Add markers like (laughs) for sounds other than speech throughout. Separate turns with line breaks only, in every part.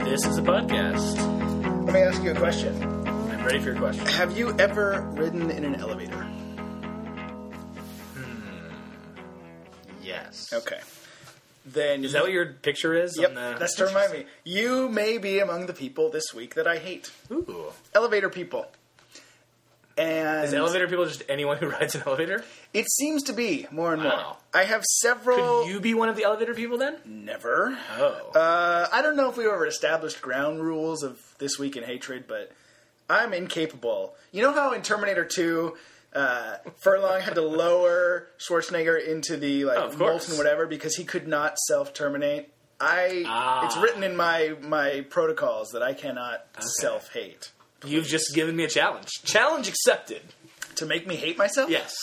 This is a podcast.
Let me ask you a question.
I'm ready for your question.
Have you ever ridden in an elevator?
Yes.
Okay. Then
Is that what your picture is?
Yep.
On the...
That's to remind me. You may be among the people this week that I hate.
Ooh.
Elevator people. And
Is elevator people just anyone who rides an elevator?
it seems to be more and
Wow.
more. I have several.
Could you be one of the elevator people then?
Never.
Oh.
Uh, I don't know if we ever established ground rules of this week in hatred, but I'm incapable. You know how in Terminator 2, uh, Furlong had to lower Schwarzenegger into the like
Oh, of course.
molten whatever because he could not self terminate. I
Ah.
it's written in my my protocols that I cannot self hate.
You've just given me a challenge. Challenge accepted.
To make me hate myself?
Yes.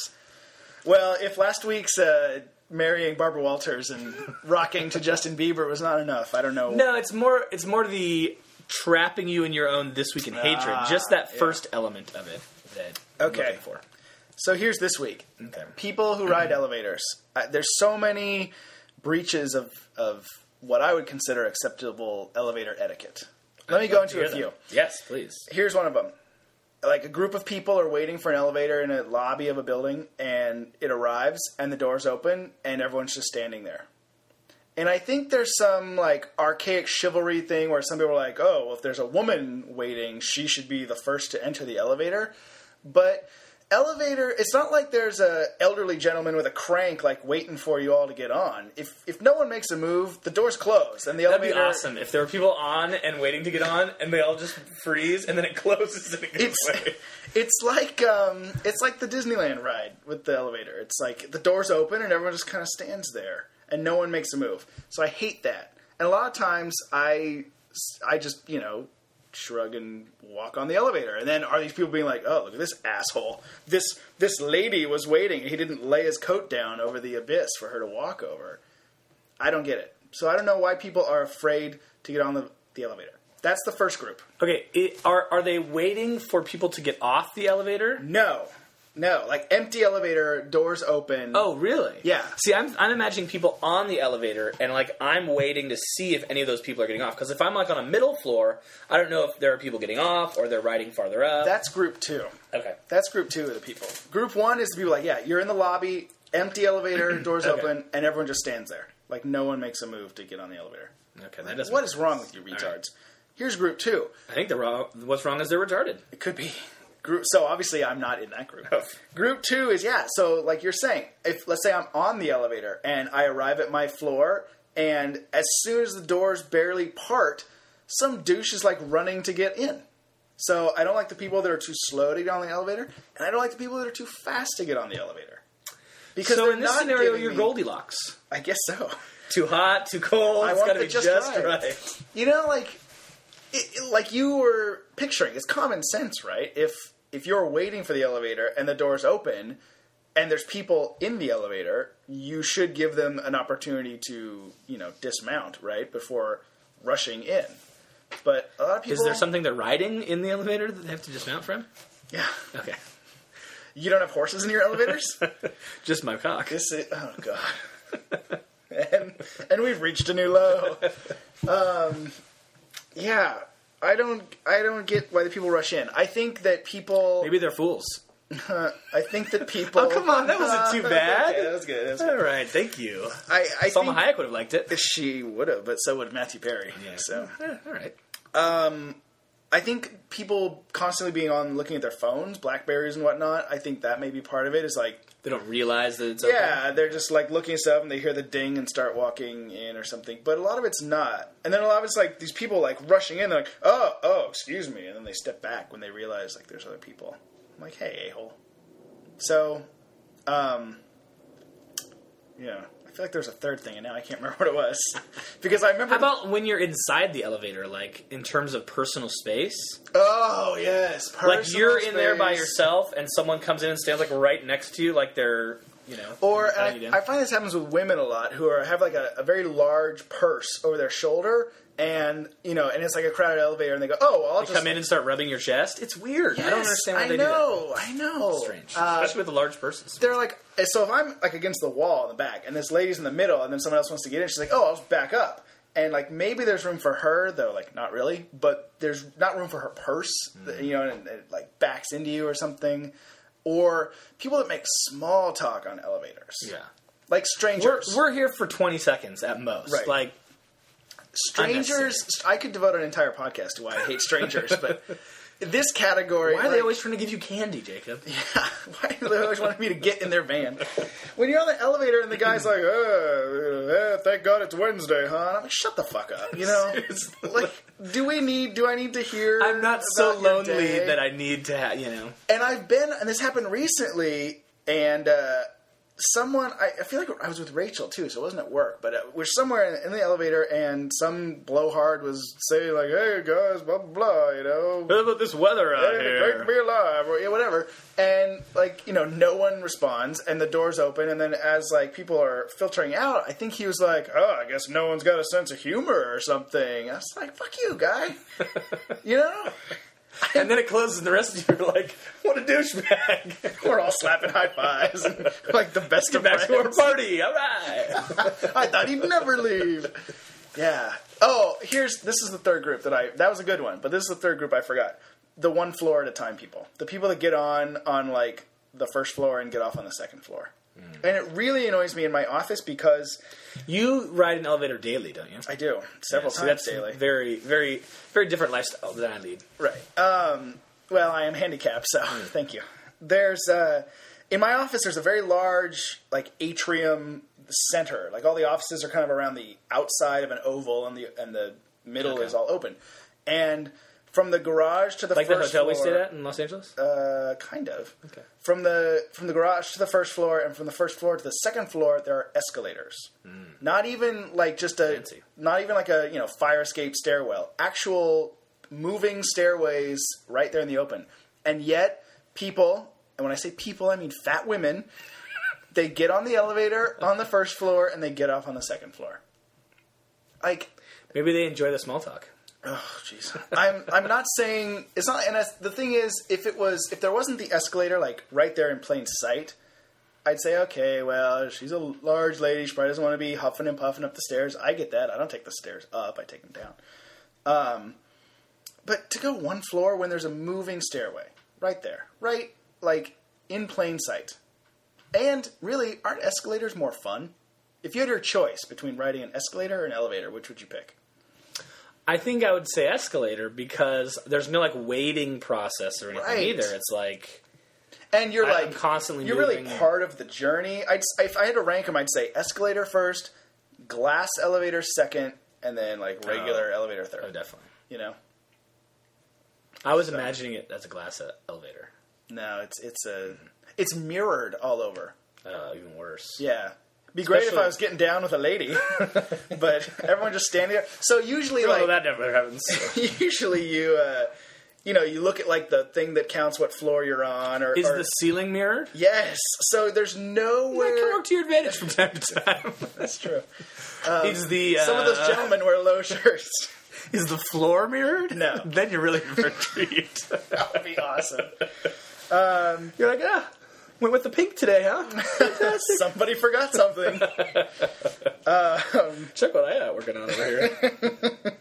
Well, if last week's uh, marrying Barbara Walters and rocking to Justin Bieber was not enough, I don't know.
No, it's more it's more the trapping you in your own this week in hatred. Just that
Ah, yeah.
first element of it that
Okay.
I'm looking for.
So here's this week.
Okay.
people who ride elevators. I, there's so many breaches of of what I would consider acceptable elevator etiquette. Let me go into a few.
Yes, please.
Here's one of them. Like a group of people are waiting for an elevator in a lobby of a building, and it arrives, and the doors open, and everyone's just standing there. And I think there's some like archaic chivalry thing where some people are like, "Oh, well, if there's a woman waiting, she should be the first to enter the elevator." But elevator, it's not like there's a elderly gentleman with a crank like waiting for you all to get on. If if no one makes a move, the doors close and the
That'd be
elevator
awesome if there were people on and waiting to get on, and they all just freeze, and then it (laughs) closes and it goes (laughs) away.
It's it's like um, it's like the Disneyland ride with the elevator. It's like the doors open and everyone just kind of stands there and no one makes a move. So I hate that. And a lot of times I I just you know shrug and walk on the elevator. And then are these people being like, oh look at this asshole? This this lady was waiting. and He didn't lay his coat down over the abyss for her to walk over. I don't get it. So I don't know why people are afraid to get on the, the elevator. That's the first group.
Okay, i are are they waiting for people to get off the elevator?
No, no, like empty elevator, doors open.
Oh, really?
Yeah.
See, I'm I'm imagining people on the elevator, and like I'm waiting to see if any of those people are getting off. Because if I'm like on a middle floor, I don't know if there are people getting off or they're riding farther up.
that's group two.
okay.
That's group two of the people. Group one is the people like, yeah, you're in the lobby, empty
(clears throat)
elevator, doors
Okay.
open, and everyone just stands there. Like no one makes a move to get on the elevator.
Okay, that doesn't.
What is wrong with you retards?
right.
Here's group two.
I think the wrong. What's wrong is they're retarded.
It could be group. So obviously, I'm not in that group.
Oh.
Group two is yeah. So like you're saying, if let's say I'm on the elevator and I arrive at my floor, and as soon as the doors barely part, some douche is like running to get in. So I don't like the people that are too slow to get on the elevator, and I don't like the people that are too fast to get on the elevator. Because
So
they're
in this
not
scenario,
giving
you're
me-
Goldilocks.
I guess so.
Too hot, too cold.
I
it's
want
got to
the
be
just right.
right.
You know, like it, it- like you were picturing. It's common sense, right? If if you're waiting for the elevator and the doors open and there's people in the elevator, you should give them an opportunity to you know dismount right before rushing in. But a lot of people,
Is there something they're riding in the elevator that they have to dismount from?
(laughs) Yeah,
Okay.
you don't have horses in
(laughs)
your elevators.
Just my cock.
this is oh god. and, and we've reached a new low. Um, yeah, I don't I don't get why the people rush in. I think that people
Maybe they're fools.
I think that
(laughs)
people.
Oh, come on, that wasn't
(laughs)
too bad.
okay, that was good. That was good.
All right, thank you.
I, I
Salma
think
Hayek would have liked it.
she would have, but so would Matthew Perry.
Yeah.
So
Eh, All right.
I think people constantly being on looking at their phones, Blackberries and whatnot. I think that may be part of it. Is like,
They don't realize that it's
yeah, they're just like looking at stuff and they hear the ding and start walking in or something. But a lot of it's not. And then a lot of it's like these people like rushing in. They're like, oh, oh, excuse me, and then they step back when they realize like there's other people. I'm like, hey, a hole. So, um, yeah, I feel like there was a third thing, and now I can't (laughs) remember what it was because I remember.
How about when you're inside the elevator, like in terms of personal space?
oh yes,
like you're in there by
space.
yourself, and someone comes in and stands like right next to you, like they're you know.
Or
they're patting you down.
and I, I find this happens with women a lot who are have like a, a very large purse over their shoulder, and you know, and it's like a crowded elevator, and they go, "Oh, well, I'll just
come in and start rubbing your chest. It's weird. I don't
Yes,
understand why
I
they do
know, I know.
that. Strange,
Uh,
especially with the large persons.
they're like, so if I'm like against the wall in the back, and this lady's in the middle, and then someone else wants to get in, she's like, "Oh, I'll just back up." and like maybe there's room for her though like not really but there's not room for her purse that,
Hmm.
you know and it like backs into you or something or people that make small talk on elevators
Yeah.
like
We're,
strangers
we're here for 20 seconds at most.
Right.
Like,
strangers i could devote an entire podcast to why i hate strangers
(laughs)
but this category
why are they
like-
always trying to give you candy, Jacob?
(laughs) Why do they always want me to get in their van? When you're on the elevator and the guy's like, oh, thank God it's Wednesday, huh? And I'm like, shut the fuck up, you know?
(laughs) Seriously.
like, do we need, do I need to hear?
I'm not so
about your
lonely
day?
that I need to, ha- you know.
And I've been, and this happened recently, and uh, someone, I, I feel like I was with Rachel too, so it wasn't at work, but uh, we're somewhere in, in the elevator, and some blowhard was saying, like, hey guys, blah, blah, blah, you know?
What about this weather out
Hey, drink me alive or yeah, whatever and like you know no one responds and the doors open and then as like people are filtering out i think he was like oh i guess no one's got a sense of humor or something i was like fuck you guy you know
And then it closes, and the rest of you are like, what a douchebag. (laughs)
we're all slapping high fives (laughs) and, like the best of
Back to our
friends.
party. All right.
i thought he'd never leave yeah oh here's this is the third group that i that was a good one but this is the third group i forgot the one floor at a time people the people that get on on like the first floor and get off on the second floor and it really annoys me in my office because
You ride an elevator daily, don't you?
i do several
So
times
that's
daily
very, very, very different lifestyle than I lead.
right um, well i am handicapped so
Hmm.
thank you there's uh, in my office there's a very large like atrium center like all the offices are kind of around the outside of an oval and the and the middle
Okay.
is all open and from the garage to the
Like the
first
hotel we
floor-
stayed at in Los Angeles?
Uh, kind of.
Okay.
From the from the garage to the first floor, and from the first floor to the second floor, there are escalators. Not even like just a
Hmm. Fancy.
not even like a you know fire escape stairwell. Actual moving stairways right there in the open, and yet people, and when I say people, I mean fat women. They get on the elevator on the first floor and they get off on the second floor. Like
Maybe they enjoy the small talk.
Oh jeez. I'm I'm not saying it's not and that's, the thing is if it was if there wasn't the escalator like right there in plain sight, I'd say okay, well, she's a large lady, she probably doesn't want to be huffing and puffing up the stairs. I get that. I don't take the stairs up, I take them down. Um but to go one floor when there's a moving stairway right there. Right like in plain sight. And really, aren't escalators more fun? If you had your choice between riding an escalator or an elevator, which would you pick?
I think I would say escalator because there's no like waiting process or anything
Right.
either. It's like
and you're
I'm
like
constantly
you're
moving.
really part of the journey. I'd, s- if I had to rank them, I'd say escalator first, glass elevator second, and then like regular elevator
oh,
third.
definitely.
You know,
I was imagining it as a glass e- elevator.
no, it's it's a it's mirrored all over.
Uh, even worse.
Yeah. Be great if
Especially-
I was getting down with a lady, (laughs) but everyone just standing there. So usually,
Oh,
like,
that never happens.
(laughs) usually you, uh, you know, you look at like the thing that counts what floor you're on,
(laughs)
or,
Is
or-
the ceiling mirror?
yes. So there's
That can
nowhere.
work to your advantage from time to time.
That's true.
is (laughs) the uh,
Some of those gentlemen wear low shirts.
is the floor mirrored?
No.
(laughs) then you're really in for a treat.
That would be awesome.
(laughs) you're like, ah, went with the pink today, huh?
Somebody forgot something.
(laughs) Check what I got working on over (laughs) here.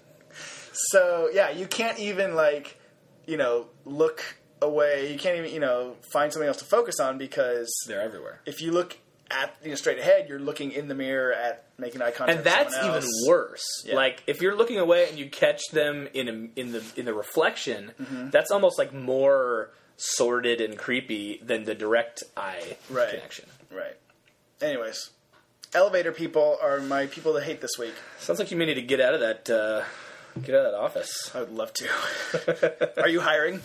So yeah, you can't even like, you know, look away. You can't even you know find something else to focus on because
They're everywhere.
if you look at you know straight ahead, you're looking in the mirror at making eye contact.
and
with
that's
someone
even
else.
worse.
Yeah.
Like if you're looking away and you catch them in a, in the in the reflection, that's almost like more sordid and creepy than the direct eye
Right.
connection.
Right. Anyways, elevator people are my people that hate this week.
Sounds like you may need to get out of that uh, get out of that office.
I would love to.
(laughs)
are you hiring?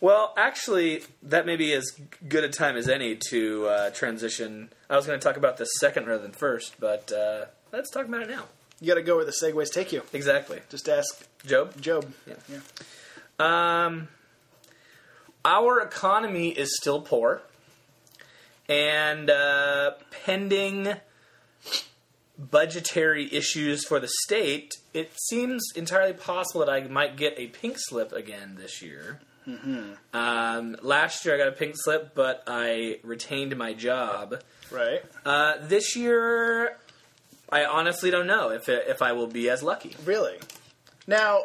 Well, actually, that may be as good a time as any to uh, transition. I was going to talk about this second rather than first, but uh, let's talk about it now.
You got to go where the segues take you.
Exactly,
Just ask
Job.
Job.
Yeah.
yeah.
Um, our economy is still poor, and uh, pending budgetary issues for the state, it seems entirely possible that I might get a pink slip again this year. Um, last year I got a pink slip, but I retained my job.
Right.
Uh, this year, I honestly don't know if it, if I will be as lucky.
Really? Now,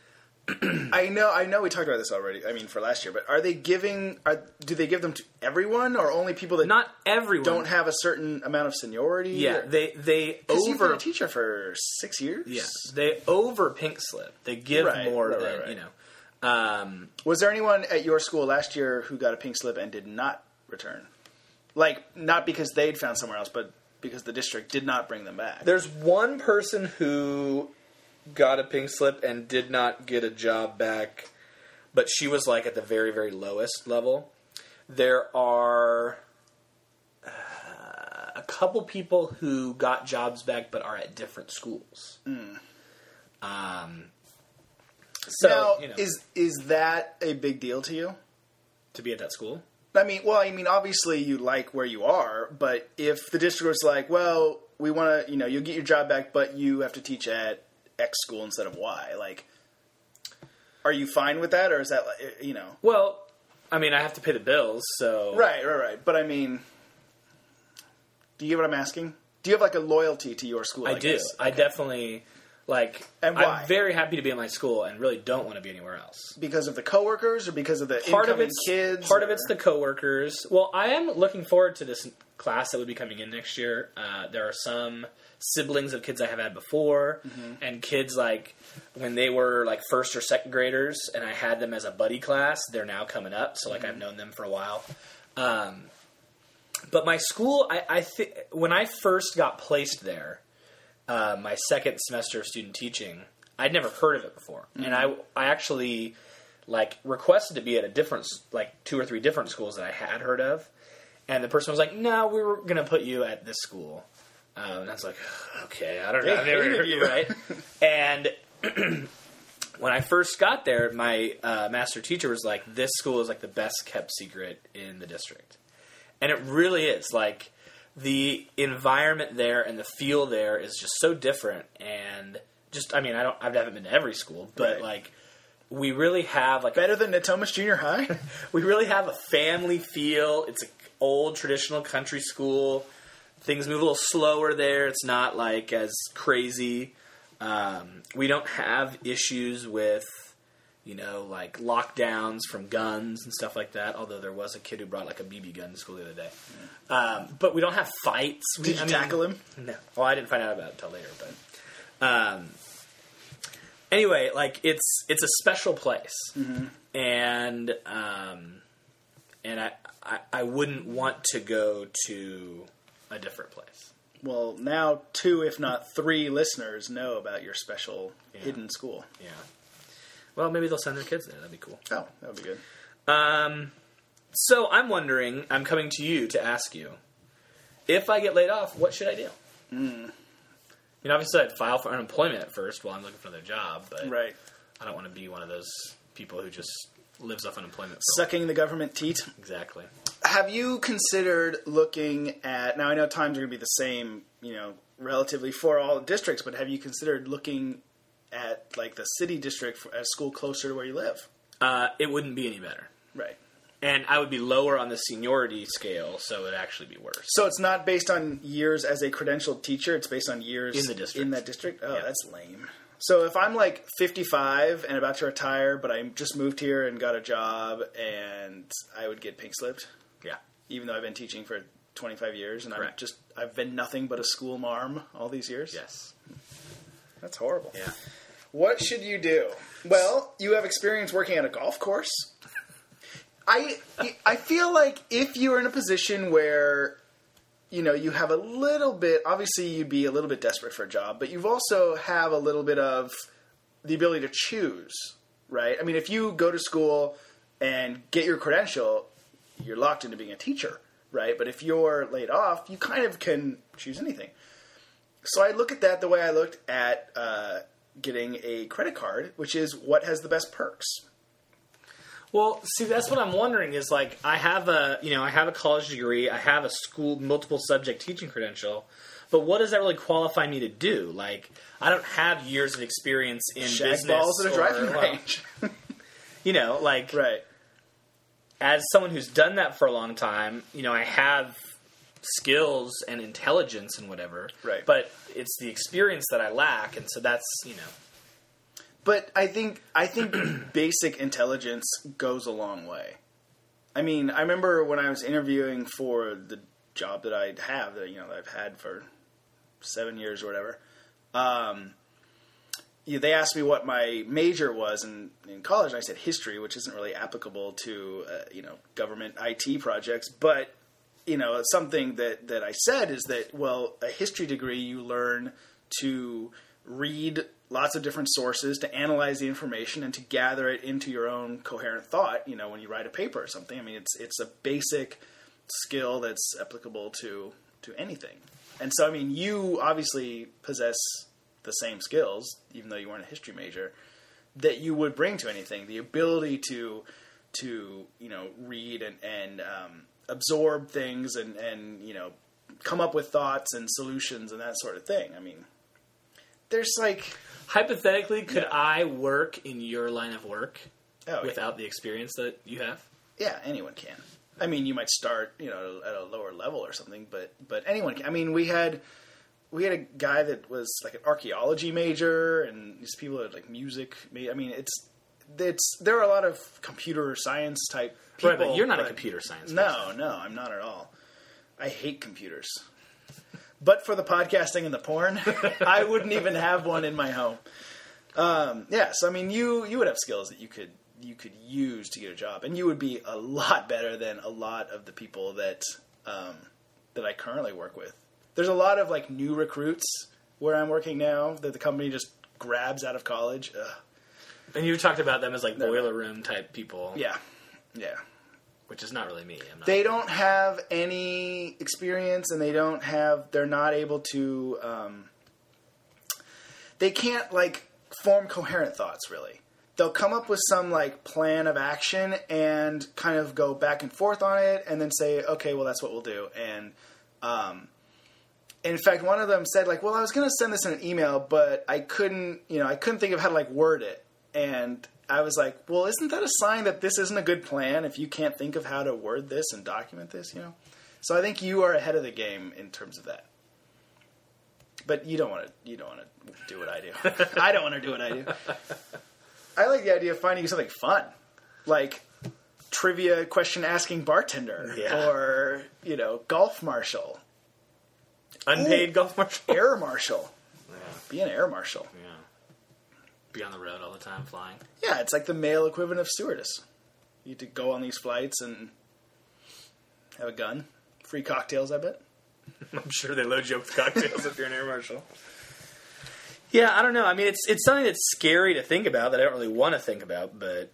(clears throat) I know I know we talked about this already. I mean, for last year, but are they giving? Are, do they give them to everyone or only people that
Not everyone.
don't have a certain amount of seniority?
yeah,
or,
they they
'Cause You've been
over
a teacher for six years.
yeah, they over pink slip. They give
Right,
more
right,
than
right, right.
you know. Um,
Was there anyone at your school last year who got a pink slip and did not return? Like, not because they'd found somewhere else, but because the district did not bring them back.
There's one person who got a pink slip and did not get a job back, but she was like at the very, very lowest level. There are uh, a couple people who got jobs back but are at different schools.
Hmm.
Um, so,
now,
you know,
is is that a big deal to you?
to be at that school?
I mean, well, I mean, obviously you like where you are, but if the district was like, well, we want to, you know, you'll get your job back, but you have to teach at X school instead of Y, like, are you fine with that, or is that, like, you know,
Well, I mean, I have to pay the bills, so.
right, right, right? But I mean, do you get what I'm asking? Do you have like a loyalty to your school?
I, do.
guess?
I definitely, like,
And why?
I'm very happy to be in my school and really don't want to be anywhere else.
because of the coworkers or because of the
part of
incoming
it's
kids.
part of
or-
it's the coworkers. Well, I am looking forward to this class that would be coming in next year. Uh, there are some siblings of kids I have had before,
Mm-hmm.
and kids like when they were like first or second graders, and I had them as a buddy class. They're now coming up, so like I've
Mm-hmm.
known them for a while. Um, but my school, I, I thi- when I first got placed there, uh, my second semester of student teaching, I'd never heard of it before, and
Mm-hmm.
I I actually like requested to be at a different s- like two or three different schools that I had heard of, and the person was like, "No, we were gonna put you at this school," um, and I was like, "Okay, I don't know, I've never
hated
heard
you.
right?" and (clears throat) when I first got there, my uh, master teacher was like, "This school is like the best kept secret in the district," and it really is. Like the environment there and the feel there is just so different, and just I mean, I don't, I haven't been to every school, but
Right.
like we really have like a
better than Natomas Junior (laughs) High.
(laughs) we really have a family feel. It's an old traditional country school. Things move a little slower there. It's not like as crazy. Um, we don't have issues with, you know, like lockdowns from guns and stuff like that. Although there was a kid who brought like a BB gun to school the other day. Um, but we don't have fights. We,
Did you
I mean-
tackle him?
no. Well, I didn't find out about it until later, but um, anyway, like it's it's a special place, and um, and I, I I wouldn't want to go to a different place.
Well, now two, if not three, listeners know about your special hidden school.
Yeah. Well, maybe they'll send their kids there. That'd be cool.
Oh, that would be good.
So I'm wondering. I'm coming to you to ask you if I get laid off, what should I do? You know, obviously, I'd file for unemployment at first while I'm looking for another job, but
Right.
I don't want to be one of those people who just lives off unemployment. for-
Sucking the government teat.
exactly.
Have you considered looking at now I know times are gonna be the same, you know, relatively for all districts, but have you considered looking at like the city district for a school closer to where you live?
Uh, it wouldn't be any better,
Right.
and I would be lower on the seniority scale, so it'd actually be worse.
So it's not based on years as a credentialed teacher, it's based on years
In the district.
In that district? Oh,
Yeah.
that's lame. So if I'm like 55 and about to retire, but I just moved here and got a job and I would get pink slipped?
Yeah.
even though I've been teaching for 25 years and I'm
Correct.
just I've been nothing but a school marm all these years.
Yes.
That's horrible.
Yeah.
What should you do? Well, you have experience working at a golf course. I I feel like if you are in a position where you know you have a little bit obviously you'd be a little bit desperate for a job, but you've also have a little bit of the ability to choose, right? I mean, if you go to school and get your credential, you're locked into being a teacher, right? But if you're laid off, you kind of can choose anything. So I look at that the way I looked at uh, getting a credit card, which is what has the best perks.
Well, see, that's what I'm wondering is like I have a you know I have a college degree, I have a school multiple subject teaching credential, but what does that really qualify me to do? Like I don't have years of experience in
Shag
business
balls at a
or,
driving
well, (laughs)
range.
you know, like
right.
as someone who's done that for a long time, you know, I have skills and intelligence and whatever.
Right.
But it's the experience that I lack, and so that's you know.
But I think I think (clears throat) basic intelligence goes a long way. I mean, I remember when I was interviewing for the job that I have that you know that I've had for seven years or whatever. Um, you know, they asked me what my major was in, in college, and I said history, which isn't really applicable to uh, you know government IT projects, but you know something that that I said is that well a history degree you learn to read lots of different sources to analyze the information and to gather it into your own coherent thought you know when you write a paper or something I mean it's it's a basic skill that's applicable to to anything and so I mean you obviously possess the same skills even though you weren't a history major that you would bring to anything the ability to to you know read and and um, absorb things and and you know come up with thoughts and solutions and that sort of thing i mean there's like
Hypothetically, could I work in your line of work
oh yeah,
without the experience that you have?
yeah anyone can i mean you might start you know at a lower level or something but but anyone can i mean we had we had a guy that was like an archaeology major and these people that had like music ma- i mean it's it's there are a lot of computer science type people
right, but you're not a
but-
computer science.
No, no, I'm not at all. I hate computers. But for the podcasting and the porn, I wouldn't even have one in my home. Um, yeah, so I mean, you you would have skills that you could you could use to get a job, and you would be a lot better than a lot of the people that um, that I currently work with. There's a lot of like new recruits where I'm working now that the company just grabs out of college. Ugh.
And you talked about them as like boiler room type people,
Yeah, yeah.
which is not really me. I'm not.
they don't have any experience and they don't have they're not able to um, they can't like form coherent thoughts really they'll come up with some like plan of action and kind of go back and forth on it and then say okay well that's what we'll do and um, in fact one of them said like well i was going to send this in an email but i couldn't you know i couldn't think of how to like word it and i was like well isn't that a sign that this isn't a good plan if you can't think of how to word this and document this you know so i think you are ahead of the game in terms of that but you don't want to you don't want to do what i do (laughs) i don't want to do what i do i like the idea of finding something fun like trivia question asking bartender
Yeah.
or you know golf marshal
unpaid golf marshal. (laughs)
air marshal.
Yeah,
Be an air marshal.
yeah. Be on the road all the time, flying.
Yeah, it's like the male equivalent of stewardess. You to go on these flights and have a gun, free cocktails. I bet.
(laughs) I'm sure they load you up with cocktails if you're an air marshal. Yeah, I don't know. I mean, it's it's something that's scary to think about that I don't really want to think about, but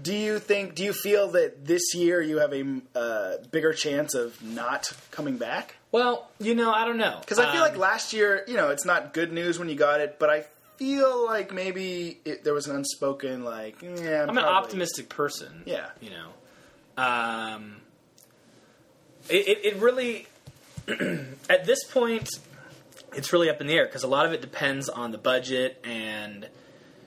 Do you think? Do you feel that this year you have a uh, bigger chance of not coming back?
well, you know, I don't know Um,
Because I feel like last year, you know, it's not good news when you got it, but I feel like maybe it, there was an unspoken like, yeah.
I'm an optimistic person.
Yeah.
you know, um, it, it, it really (clears throat) at this point it's really up in the air because a lot of it depends on the budget and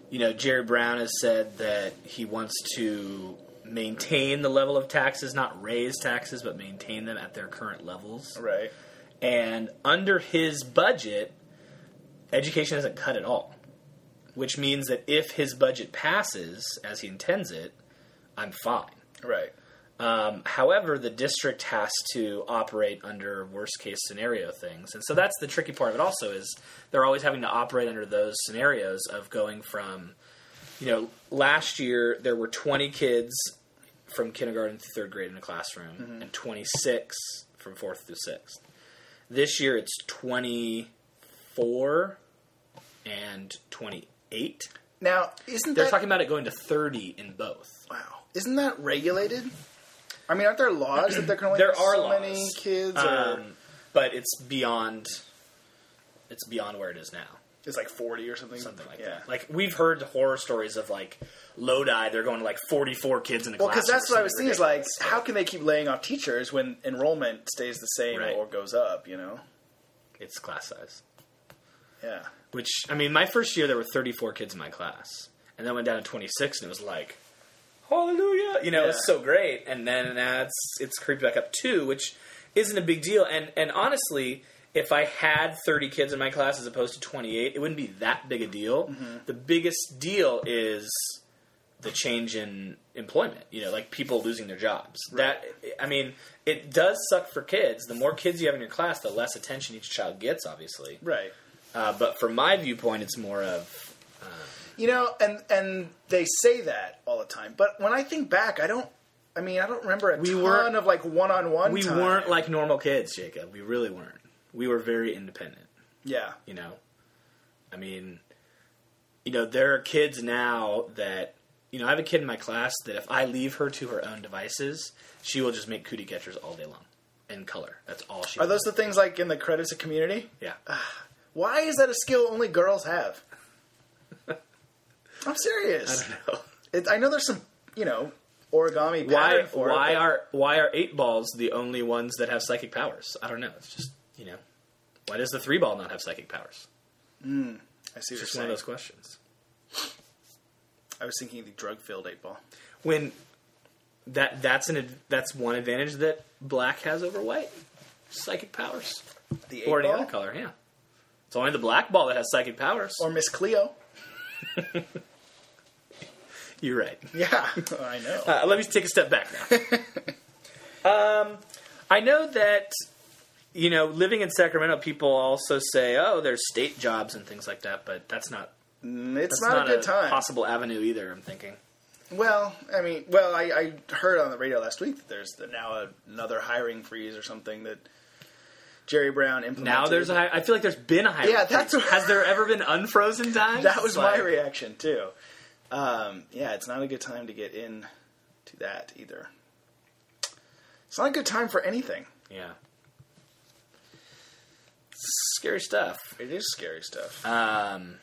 you know Jerry Brown has said that he wants to maintain the level of taxes, not raise taxes, but maintain them at their current levels.
Right.
And under his budget, education isn't cut at all. Which means that if his budget passes as he intends it, I'm fine.
Right.
Um, however, the district has to operate under worst case scenario things. And so that's the tricky part of it also is they're always having to operate under those scenarios of going from, you know, last year there were 20 kids from kindergarten to third grade in a classroom and 26 from fourth through sixth. This year it's 24 and 28.
Now, isn't
They're
that
talking about it going to 30 in both.
Wow. Isn't that regulated? I mean, aren't there laws that there can only
There
be
are
so
laws.
many kids? Or
Um, but it's beyond. It's beyond where it is now.
it's like 40 or something?
Something like
yeah.
that. Like we've heard horror stories of like Lodi. They're going to like forty-four kids in a
well,
class.
because that's what I was thinking is like, how can they keep laying off teachers when enrollment stays the same
Right.
or goes up, you know?
it's class size.
Yeah.
Which I mean, my first year there were thirty-four kids in my class, and then went down to twenty-six, and it was like, hallelujah! You know,
Yeah.
it's so great. And then now it's it's creeped back up two, which isn't a big deal. And and honestly, if I had 30 kids in my class as opposed to 28, it wouldn't be that big a deal. The biggest deal is the change in employment. You know, like people losing their jobs. That I mean, it does suck for kids. The more kids you have in your class, the less attention each child gets, obviously.
Right.
Uh, but from my viewpoint, it's more of
You know, and and they say that all the time. But when I think back, I don't. I mean, I don't remember a
We
ton
weren't-
of like one-on-one.
we
time.
weren't like normal kids, Jacob. We really weren't. We were very independent.
Yeah.
You know, I mean, you know, there are kids now that you know. I have a kid in my class that if I leave her to her own devices, she will just make cootie catchers all day long in color. That's all she.
Are those the things like in the credits of Community? (sighs)
Yeah.
Why is that a skill only girls have? I'm serious. It, I know there's some, you know, origami
(laughs) why?
pattern for it,
Why
but-
are why are eight balls the only ones that have psychic powers? I don't know. It's just you know, why does the three ball not have psychic powers?
I see what you're
It's one
saying.
of those questions.
I was thinking the drug-filled eight ball.
when that that's an ad- that's one advantage that black has over white psychic powers
The eight
or any
ball
other color yeah it's only the black ball that has psychic powers
or Miss
(laughs)
Cleo?
you're
(laughs)
right
Yeah, I know.
uh, let me take a step back now
(laughs)
um, i know that you know living in sacramento people also say oh there's state jobs and things like that but that's not
Mm, it's
that's
not, a good time.
possible avenue either i'm thinking
Well, I mean, well, I, I heard on the radio last week that there's the, now another hiring freeze or something that Jerry Brown implemented.
now there's a high, I feel like there's been a high
Yeah, that's what-
has there ever been unfrozen time
(laughs) that was my
Like-
reaction too. Um, yeah, it's not a good time to get in to that either. It's not a good time for anything.
Yeah. Scary stuff.
It is scary stuff.
Um,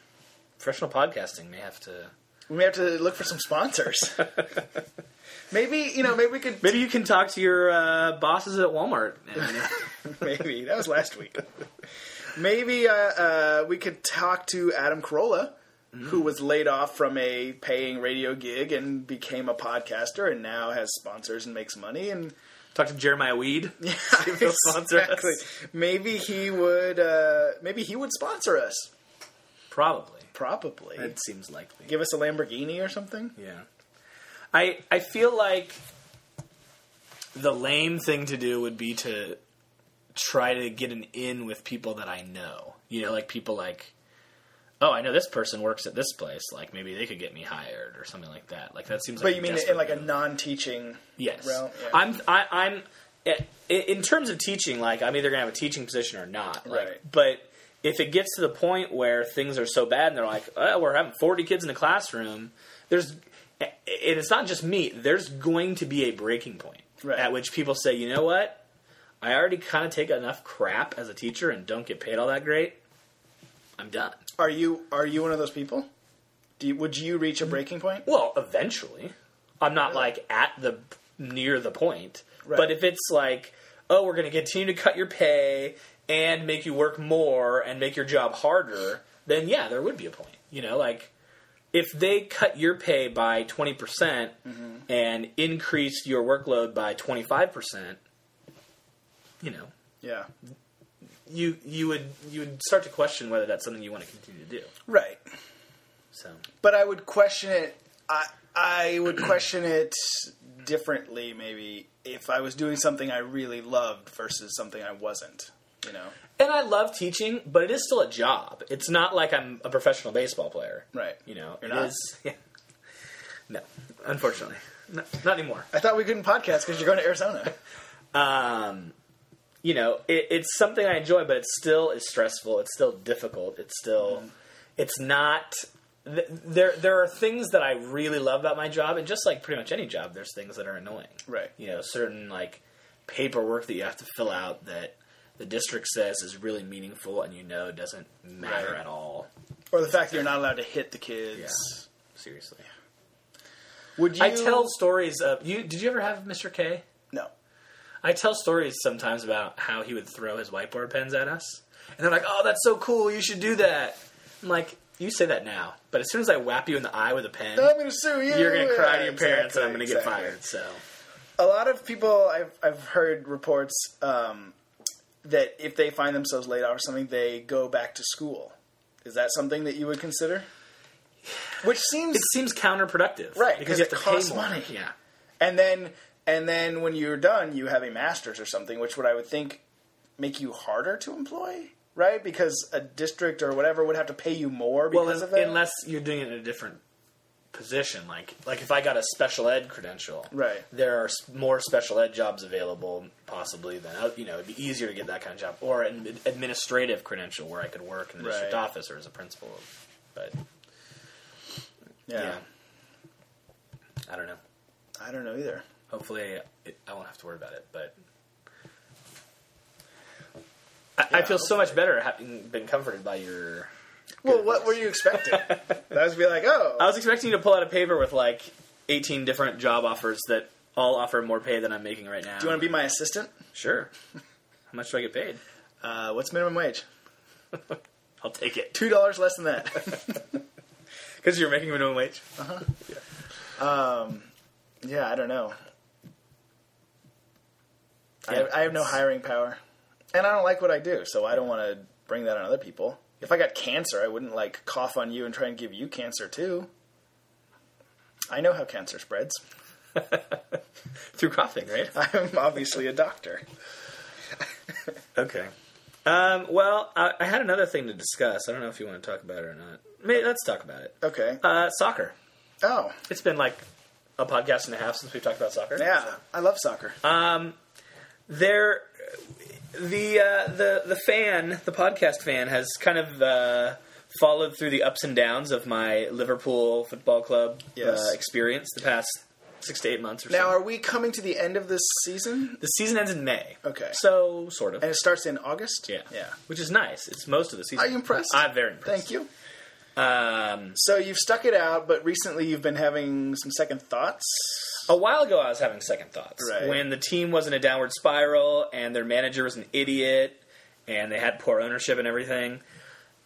professional podcasting may have to.
we may have to look for
(laughs)
some sponsors. maybe you know, maybe we could.
Maybe you can talk to your uh, bosses at Walmart. (laughs)
Maybe that was last week. Maybe uh, uh, we could talk to Adam Carolla,
Mm-hmm.
who was laid off from a paying radio gig and became a podcaster, and now has sponsors and makes money. And
talk to Jeremiah Weed. Yeah,
(laughs)
See if he'll sponsor
Exactly.
us.
Maybe he would. Uh, maybe he would sponsor us.
Probably.
Probably
It seems likely.
give us a Lamborghini or something.
Yeah. I I feel like the lame thing to do would be to try to get an in with people that I know. You know, like people like Oh, I know this person works at this place. Like maybe they could get me hired or something like that. Like that seems.
But
like
you
a
mean
desperate
in like a
move.
non-teaching?
yes?
realm? Yeah.
I'm. I, I'm. i- In terms of teaching, like I'm either gonna have a teaching position or not. Like,
Right.
But if it gets to the point where things are so bad and they're like, oh, we're having 40 kids in the classroom, there's, and it's not just me. There's going to be a breaking point
Right.
at which people say, you know what, I already kind of take enough crap as a teacher and don't get paid all that great. I'm done.
Are you are you one of those people? Do you, would you reach a breaking point?
Well, eventually. I'm not like at the near the point.
Right.
But if it's like, oh, we're going to continue to cut your pay and make you work more and make your job harder, then yeah, there would be a point. You know, like if they cut your pay by 20% percent and increase your workload by 25%, you know,
Yeah.
you you would you would start to question whether that's something you want to continue to do.
Right.
So,
but I would question it. I I would (clears throat) question it differently, maybe if I was doing something I really loved versus something I wasn't. You know,
And I love teaching, but it is still a job. It's not like I'm a professional baseball player.
right?
You know,
You're
it
not?
is- (laughs) yeah. No, unfortunately. No, not anymore.
I thought we couldn't podcast because you're going to Arizona.
Um, you know, it, it's something I enjoy, but it still is stressful. It's still difficult. It's
Mm-hmm.
still, it's not. Th- there, there are things that I really love about my job, and just like pretty much any job, there's things that are annoying.
Right.
You know, certain like paperwork that you have to fill out that the district says is really meaningful, and you know doesn't matter
Right.
at all.
Or the fact that you're not allowed to hit the kids.
Seriously.
Would you?
I tell stories of you. Did you ever have Mr. K?
no.
I tell stories sometimes about how he would throw his whiteboard pens at us, and they're like, "Oh, that's so cool! You should do that." I'm like, "You say that now, but as soon as I whap you in the eye with a pen,
I'm going to sue you.
you're gonna cry to your
Yeah,
parents, and I'm gonna
exactly,
get
exactly.
fired." So
a lot of people I've I've heard reports um, that if they find themselves laid off or something, they go back to school. Is that something that you would consider? Which seems
It seems counterproductive,
Right,
Because
'cause
you have
it
to pay
costs
more.
money.
Yeah,
and then and then when you're done, you have a master's or something, which would I would think make you harder to employ, right? Because a district or whatever would have to pay you more because
well,
of that.
unless you're doing it in a different position, like like if I got a special ed credential,
Right.
There are s- more special ed jobs available, possibly than oth- you know. It'd be easier to get that kind of job, or an ad- administrative credential where I could work in the district
Right.
office or as a principal. But
yeah.
yeah, I don't know.
I don't know either.
hopefully it, I won't have to worry about it. But I, I feel so much better having been comforted by your.
Well, what were you expecting? (laughs)
(laughs)
that was be like, oh,
I was expecting you to pull out a paper with like 18 different job offers that all offer more pay than I'm making right now.
do you want to be my assistant?
Sure. (laughs) How much do I get paid?
Uh, what's minimum wage?
I'll take (laughs) it
Two dollars less than that. (laughs)
because you're making minimum wage.
Yeah, I don't know.
Yeah,
I, I have no
it's-
hiring power, and I don't like what I do, so I don't want to bring that on other people. If I got cancer, I wouldn't like cough on you and try and give you cancer too. I know how cancer spreads. (laughs)
through coughing, right?
I'm obviously a doctor.
Okay. Um, well, I, I had another thing to discuss. I don't know if you want to talk about it or not. Maybe, let's talk about it.
Okay.
Uh, soccer.
Oh,
It's been like a podcast and a half since we've talked about soccer.
yeah. I love soccer.
there the uh, the the fan the podcast fan has kind of uh, followed through the ups and downs of my Liverpool football club
Yes.
uh, experience the past six to eight months or so.
now, are we coming to the end of this season?
the season ends in May.
Okay.
so sort of.
And it starts in August.
yeah,
Yeah.
which is nice. It's most of the season.
Are you impressed?
I'm very impressed.
Thank you.
Um,
So you've stuck it out, but recently you've been having some second thoughts.
a while ago, I was having second thoughts
Right.
when the team was in a downward spiral and their manager was an idiot and they had poor ownership and everything.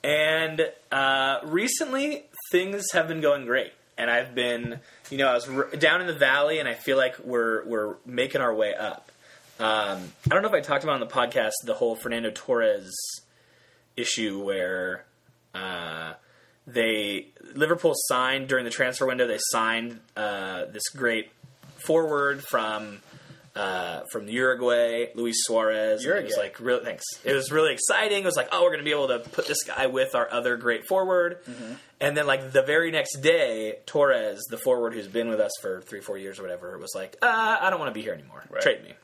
And uh, recently, things have been going great, and I've been, you know, I was r- down in the valley, and I feel like we're we're making our way up. Um, I don't know if I talked about on the podcast the whole Fernando Torres issue where uh, they Liverpool signed during the transfer window. They signed uh, this great forward from uh, from Uruguay, Luis Suarez. And It was
Uruguay.
like real thanks. It was really exciting. It was like, oh, we're going to be able to put this guy with our other great forward.
Mm-hmm.
And then like the very next day, Torres, the forward who's been with us for three, four years or whatever, was like, uh, I don't want to be here anymore.
Right.
Trade me.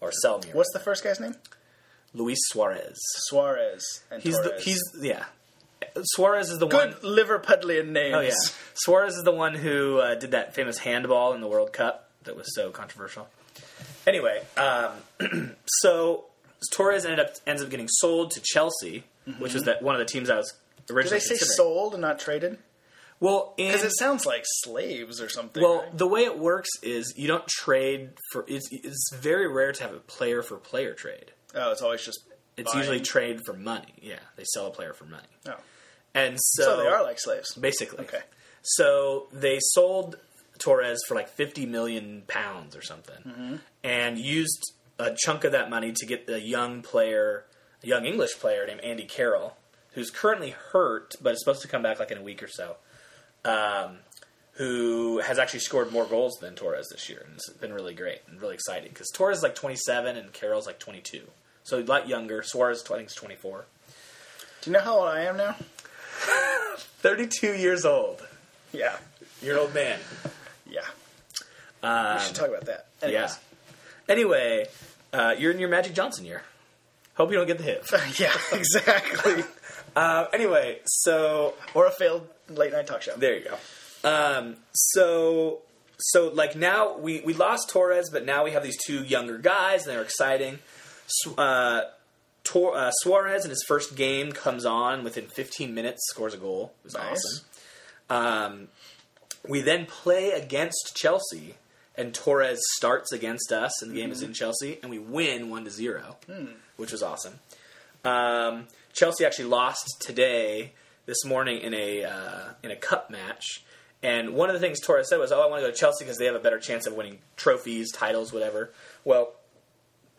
Or sell me.
What's the first guy's name?
Luis Suarez?
Suarez. And
He's the,
Torres.
he's yeah. Suarez is the
good
one.
Liverpudlian names.
Oh yeah, Suarez is the one who uh, did that famous handball in the World Cup that was so controversial. Anyway, um, (clears throat) so Torres ended up ends up getting sold to Chelsea, which was that one of the teams I was originally.
Mm-hmm. Did they say
considering.
sold and not traded?
Well, in,
Because it sounds like slaves or something.
well,
right?
the way it works is you don't trade for. It's, it's very rare to have a player for player trade.
oh, it's always just.
It's
buying.
usually trade for money. Yeah, they sell a player for money,
Oh.
and so,
So they are like slaves.
basically.
Okay.
So they sold Torres for like 50 million pounds or something, and used a chunk of that money to get the young player, a young English player named Andy Carroll, who's currently hurt but is supposed to come back like in a week or so. Um, who has actually scored more goals than Torres this year, and it's been really great and really exciting because Torres is like 27 and Carroll's like 22, so a lot younger. Suarez I think is 24,
Do you know how old I am now?
32 years old.
Yeah.
You're an old man.
Yeah.
Um,
we should talk about that.
Yeah.
Anyways.
Anyway, uh, you're in your Magic Johnson year. Hope you don't get the hit.
(laughs) Yeah. exactly.
Uh, anyway, so
(laughs) Or a failed late night talk show.
there you go. Um, so so like now we we lost Torres, but now we have these two younger guys, and they're exciting. Su- Uh, Tor- uh, Suarez in his first game comes on within 15 minutes, scores a goal. It was
Nice.
awesome. Um, we then play against Chelsea, and Torres starts against us, and the game is in Chelsea, and we win one to zero, which was awesome. Um, Chelsea actually lost today, this morning in a uh, in a cup match, And one of the things Torres said was, "Oh, I want to go to Chelsea because they have a better chance of winning trophies, titles, whatever." Well,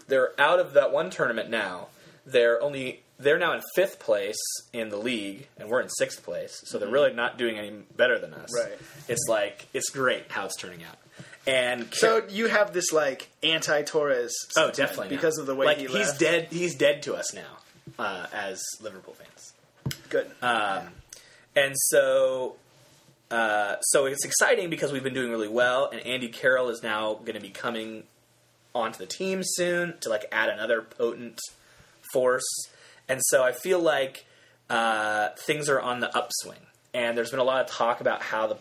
they're out of that one tournament now. They're only they're now in fifth place in the league, and we're in sixth place. So they're really not doing any better than us.
Mm-hmm. Right.
It's like it's great how it's turning out. And
So you have this like anti Torres.
oh, definitely
because
not.
of the way
like
he
he's
left.
dead. He's dead to us now uh, as Liverpool fans.
Good.
uh, And so, uh, so it's exciting because we've been doing really well, and Andy Carroll is now going to be coming onto the team soon to like add another potent force. And so I feel like uh, things are on the upswing. And there's been a lot of talk about how the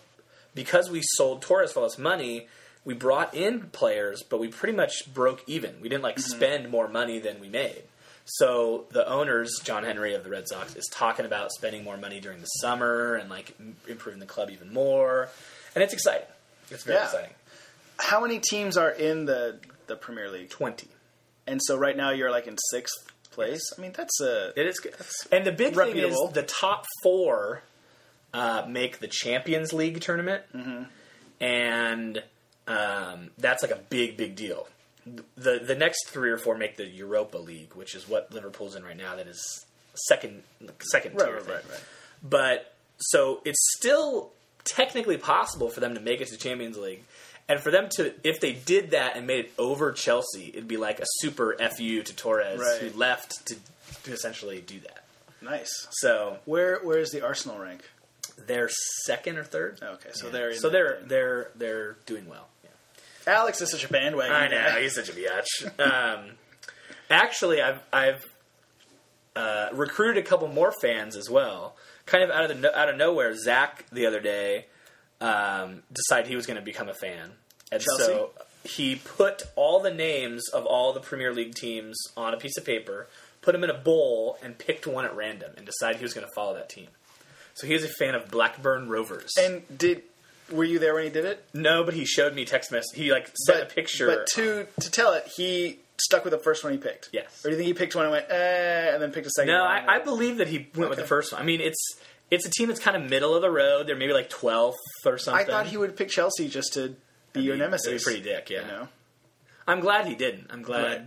because we sold Torres for all this money, we brought in players, but we pretty much broke even. We didn't like spend more money than we made. So the owners, John Henry of the Red Sox, is talking about spending more money during the summer and like m- improving the club even more. And it's exciting. It's very
Yeah.
exciting.
How many teams are in the the Premier League?
Twenty.
And so right now you're like in sixth place. I mean that's a
It is good. And the big
reputable.
thing is the top four uh, make the Champions League tournament, and um, that's like a big, big deal. The the next three or four make the Europa League, which is what Liverpool's in right now. That is second second
right,
tier
right,
thing.
right, right.
But so it's still technically possible for them to make it to the Champions League. And for them to, if they did that and made it over Chelsea, it'd be like a super fu to Torres,
Right.
who left to, to essentially do that.
Nice.
So
Where where is the Arsenal rank?
they're second or third.
Okay, so
Yeah.
they're in
so they're
that
they're they're doing well. Yeah.
Alex is such a bandwagon.
I know he's such a biatch. Um, actually, I've I've uh, recruited a couple more fans as well. Kind of out of the no- out of nowhere, Zach the other day um, decided he was going to become a fan, and so he put all the names of all the Premier League teams on a piece of paper, put them in a bowl, and picked one at random, and decided he was going to follow that team. So he is a fan of Blackburn Rovers.
And did were you there when he did it?
no, but he showed me text message. He like sent a picture.
But to to tell it, he stuck with the first one he picked.
Yes.
Or do you think he picked one and went, eh, and then picked a second?
No,
one
I, I believe that he went with the
Okay.
first one. I mean, it's it's a team that's kind of middle of the road. They're maybe like twelfth or something.
I thought he would pick Chelsea just to be your nemesis.
It'd be pretty dick. Yeah,
You know?
I'm glad he didn't. I'm glad
Right.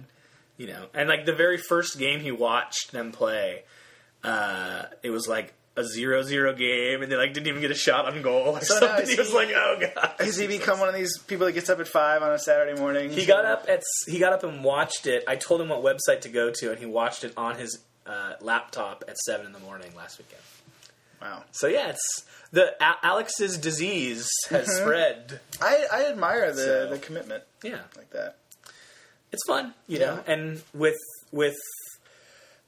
you know. And like the very first game he watched them play, uh, it was like a zero-zero game, and they like didn't even get a shot on goal or
So now
something.
is
(laughs) He was
he-
like, oh god.
Has he become one of these people that gets up at five on a Saturday morning?
He got up at s- he got up and watched it. I told him what website to go to, and he watched it on his uh, laptop at seven in the morning last weekend.
Wow.
So yeah, it's the A- Alex's disease has
Mm-hmm.
spread.
I, I admire the,
So-
the commitment
Yeah,
like that.
it's fun, you know.
Yeah.
And with with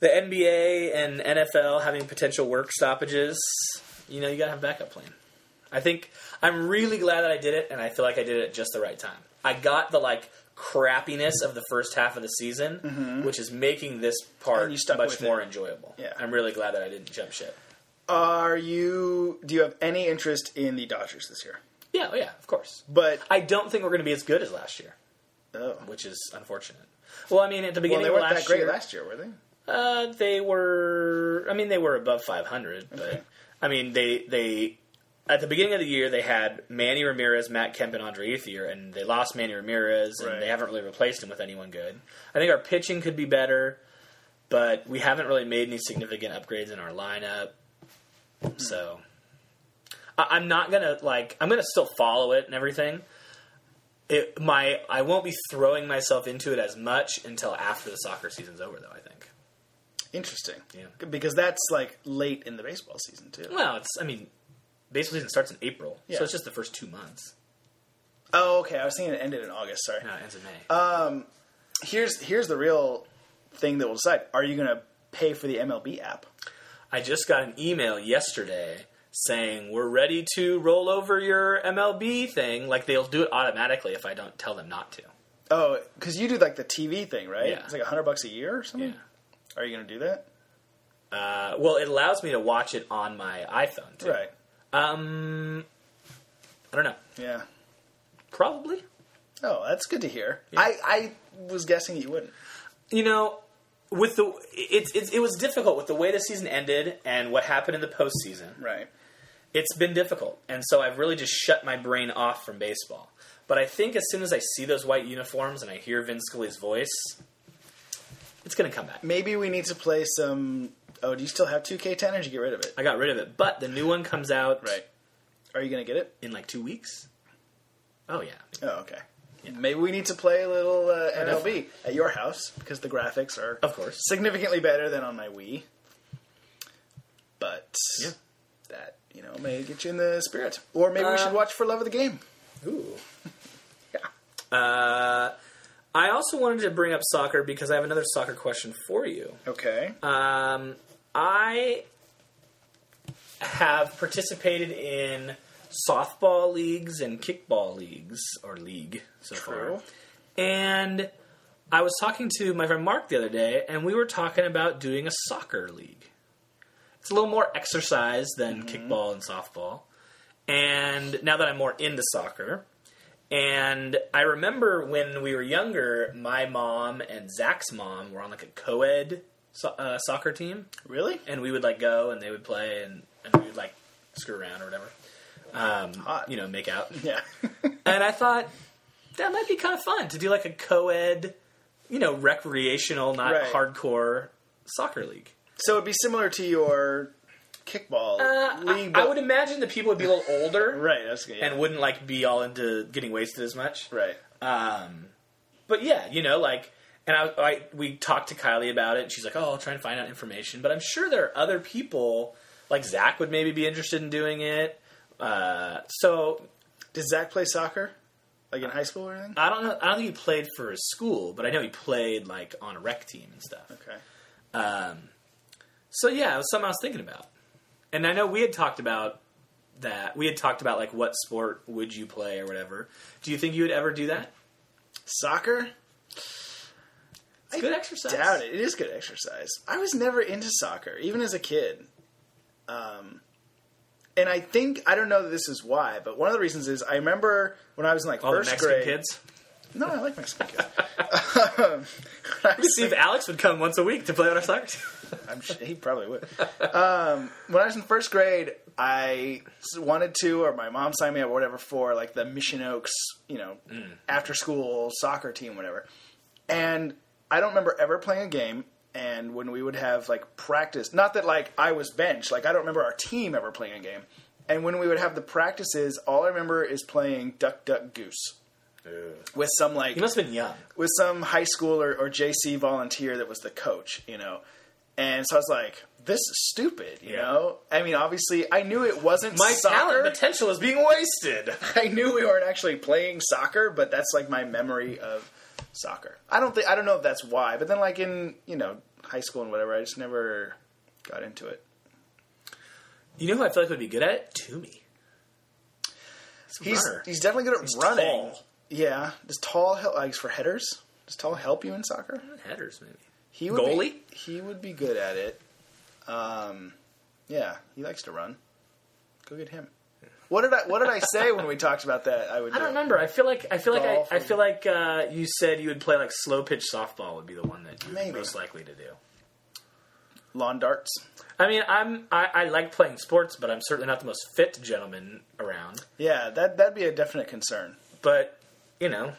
the NBA and NFL having potential work stoppages, you know, you gotta have a backup plan. I think I'm really glad that I did it, and I feel like I did it at just the right time. I got the like crappiness of the first half of the season, which is making this part
Mm-hmm. And you stuck
much
with
more enjoyable.
Yeah.
I'm really glad that I didn't jump ship.
Are you? Do you have any interest in the Dodgers this year?
Yeah, oh yeah, of course.
But
I don't think we're going to be as good as last year.
oh,
which is unfortunate. Well, I mean, at the
well,
beginning
they weren't
of last
that great
year,
last year, were they?
uh, they were. I mean, they were above 500,
Okay.
but I mean, they they at the beginning of the year they had Manny Ramirez, Matt Kemp, and Andre Ethier, and they lost Manny Ramirez, and
Right.
they haven't really replaced him with anyone good. I think our pitching could be better, but we haven't really made any significant upgrades in our lineup, so. I- I'm not gonna like. I'm gonna still follow it and everything. It, my I won't be throwing myself into it as much until after the soccer season's over, though. I think.
Interesting.
Yeah.
Because that's like late in the baseball season too.
Well, it's I mean, baseball season starts in April,
Yeah.
so it's just the first two months.
Oh, okay. I was thinking it ended in August. Sorry.
No, it ends in May.
Uh, Here's here's the real thing that will decide: Are you going to pay for the MLB app?
I just got an email yesterday saying we're ready to roll over your MLB thing. Like they'll do it automatically if I don't tell them not to.
Oh, because you do like the TV thing, right?
Yeah.
It's like hundred bucks a year or something.
Yeah.
Are you going to do that?
Uh, well, it allows me to watch it on my iPhone. Too.
Right.
Um, I don't know.
Yeah.
Probably.
Oh, that's good to hear. I I was guessing you wouldn't.
you know, with the it's it's it was difficult with the way the season ended and what happened in the postseason.
Right.
it's been difficult. And so I've really just shut my brain off from baseball. But I think as soon as I see those white uniforms and I hear Vin Scully's voice, it's going to come back.
Maybe we need to play some. Oh, do you still have 2K10 or did you get rid of it?
I got rid of it, but the new one comes out
Right. Are you going to get it?
in like two weeks. Oh yeah,
Oh, okay. Maybe we need to play a little uh, MLB at your house because the graphics are
of course.
significantly better than on my Wii. But
Yeah.
that, you know, may get you in the spirit. Or maybe we should
Um,
watch For Love of the Game.
Ooh.
Yeah.
Uh, I also wanted to bring up soccer because I have another soccer question for you.
Okay.
Um, I have participated in softball leagues and kickball leagues or league so
True.
far, and I was talking to my friend Mark the other day, and we were talking about doing a soccer league. It's a little more exercise than kickball and softball, and now that I'm more into soccer. And I remember when we were younger, my mom and Zach's mom were on like a co-ed so- uh, soccer team,
really?
and we would like go and they would play and, and we would like screw around or whatever. Um,
Hot.
You know, make out.
Yeah. (laughs)
and I thought that might be kind of fun to do like a co-ed, you know, recreational, not
Right.
hardcore soccer league.
so it'd be similar to your kickball
Uh, I-
league.
I,
but-
would imagine the people would be a little older
right. That's good.
and wouldn't like be all into getting wasted as much.
right.
Um, but yeah, you know, like, and I, I we talked to Kylie about it, and she's like, "Oh, I'll try and find out information." But I'm sure there are other people, like Zach, would maybe be interested in doing it. Uh, so
Did Zach play soccer? Like in high school or anything?
I don't know. I don't think he played for his school, but I know he played like on a rec team and stuff.
Okay.
Um, so yeah, it was something I was thinking about, and I know we had talked about that. We had talked about like what sport would you play or whatever. Do you think you would ever do that?
Soccer?
It's good exercise.
Doubt it. It is good exercise. I was never into soccer, even as a kid. Um, and I think I don't know that this is why, but one of the reasons is I remember when I was in like
All the
first
Mexican
grade. (laughs)
kids.
No, I like Mexican kids. um, when I was
See if Alex would come once a week to play on our soccer team.
I'm sure he probably would. Um, when I was in first grade, I s- wanted to, or my mom signed me up, or whatever, for like the Mission Oaks, you know, after school soccer team, whatever. And I don't remember ever playing a game. And when we would have like practice, not that like I was benched, like I don't remember our team ever playing a game. And when we would have the practices, all I remember is playing Duck Duck Goose with some like
You must have been young.
with some high school or, or JC volunteer that was the coach, you know. And so I was like, this is stupid, you
Yeah.
know? I mean, obviously, I knew it wasn't
My
soccer.
talent potential is being
(laughs)
wasted.
I knew we weren't actually playing soccer, but that's like my memory of soccer. I don't think I don't know if that's why, but then like in, you know, high school and whatever, I just never got into it.
You know who I feel like would be good at it? Toomey. He's, a
He's
runner.
he's definitely good at running.
tall.
Yeah, does tall help like for headers? Does tall help you in soccer?
headers maybe.
He would
Goalie?
Be, he would be good at it. Um, yeah, he likes to run. Go get him. What did I What did I say when we talked about that? I would.
I
do?
don't remember. I feel like I feel like I,
Golf
I feel like uh, you said you would play like slow pitch softball would be the one that you would be
Maybe.
most likely to do.
Lawn darts.
I mean, I'm I, I like playing sports, but I'm certainly not the most fit gentleman around.
Yeah, that that'd be a definite concern.
But you know,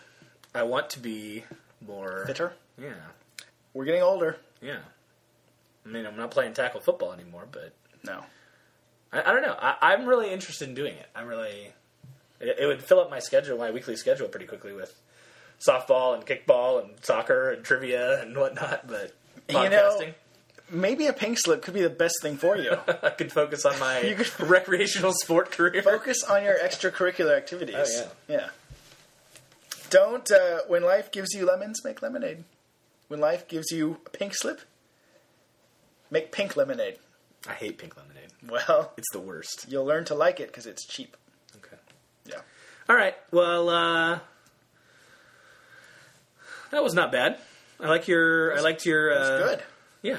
I want to be more
Bitter.
Yeah,
We're getting older.
yeah. I mean, I'm not playing tackle football anymore, but
No.
I, I don't know. I, I'm really interested in doing it. I'm really. It, it would fill up my schedule, my weekly schedule, pretty quickly with softball and kickball and soccer and trivia and whatnot. But
You know-
podcasting, (laughs)
Maybe a pink slip could be the best thing for you.
I could focus on my
(laughs) You could-
recreational sport career.
Focus on your extracurricular activities.
Oh,
yeah. Don't. Uh, when life gives you lemons, make lemonade. When life gives you a pink slip, make pink lemonade.
I hate pink lemonade.
Well,
It's the worst.
you'll learn to like it because it's cheap.
Okay.
Yeah.
All right. Well, uh, that was not bad. I like your. I liked your.
It's
uh,
good.
Yeah.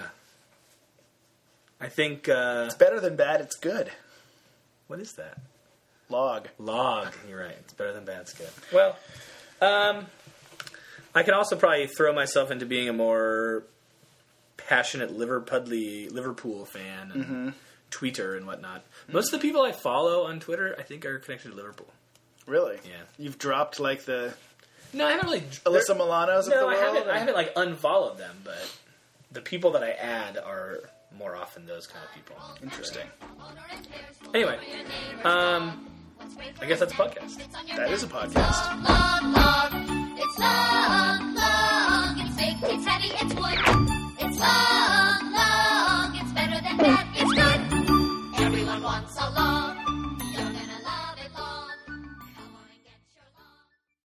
I think. Uh,
Better than bad, it's good.
what is that?
Log.
Log. You're right. It's better than bad. It's good. Well, um, I could also probably throw myself into
Mm-hmm.
being a more passionate Liverpudly Liverpool fan and Twitter and whatnot. Most of the people I follow on Twitter, I think, are connected to Liverpool.
Really?
Yeah.
You've dropped like the
No, I haven't really.
Alyssa Milano's of the
No, I
world.
haven't. I
and-
haven't like unfollowed them, but the people that I add are more often those kind of people.
Interesting.
Anyway, um, I guess that's a podcast.
That is a podcast.
Long, long, it's long, long. It's big, it's heavy, it's wood. It's long.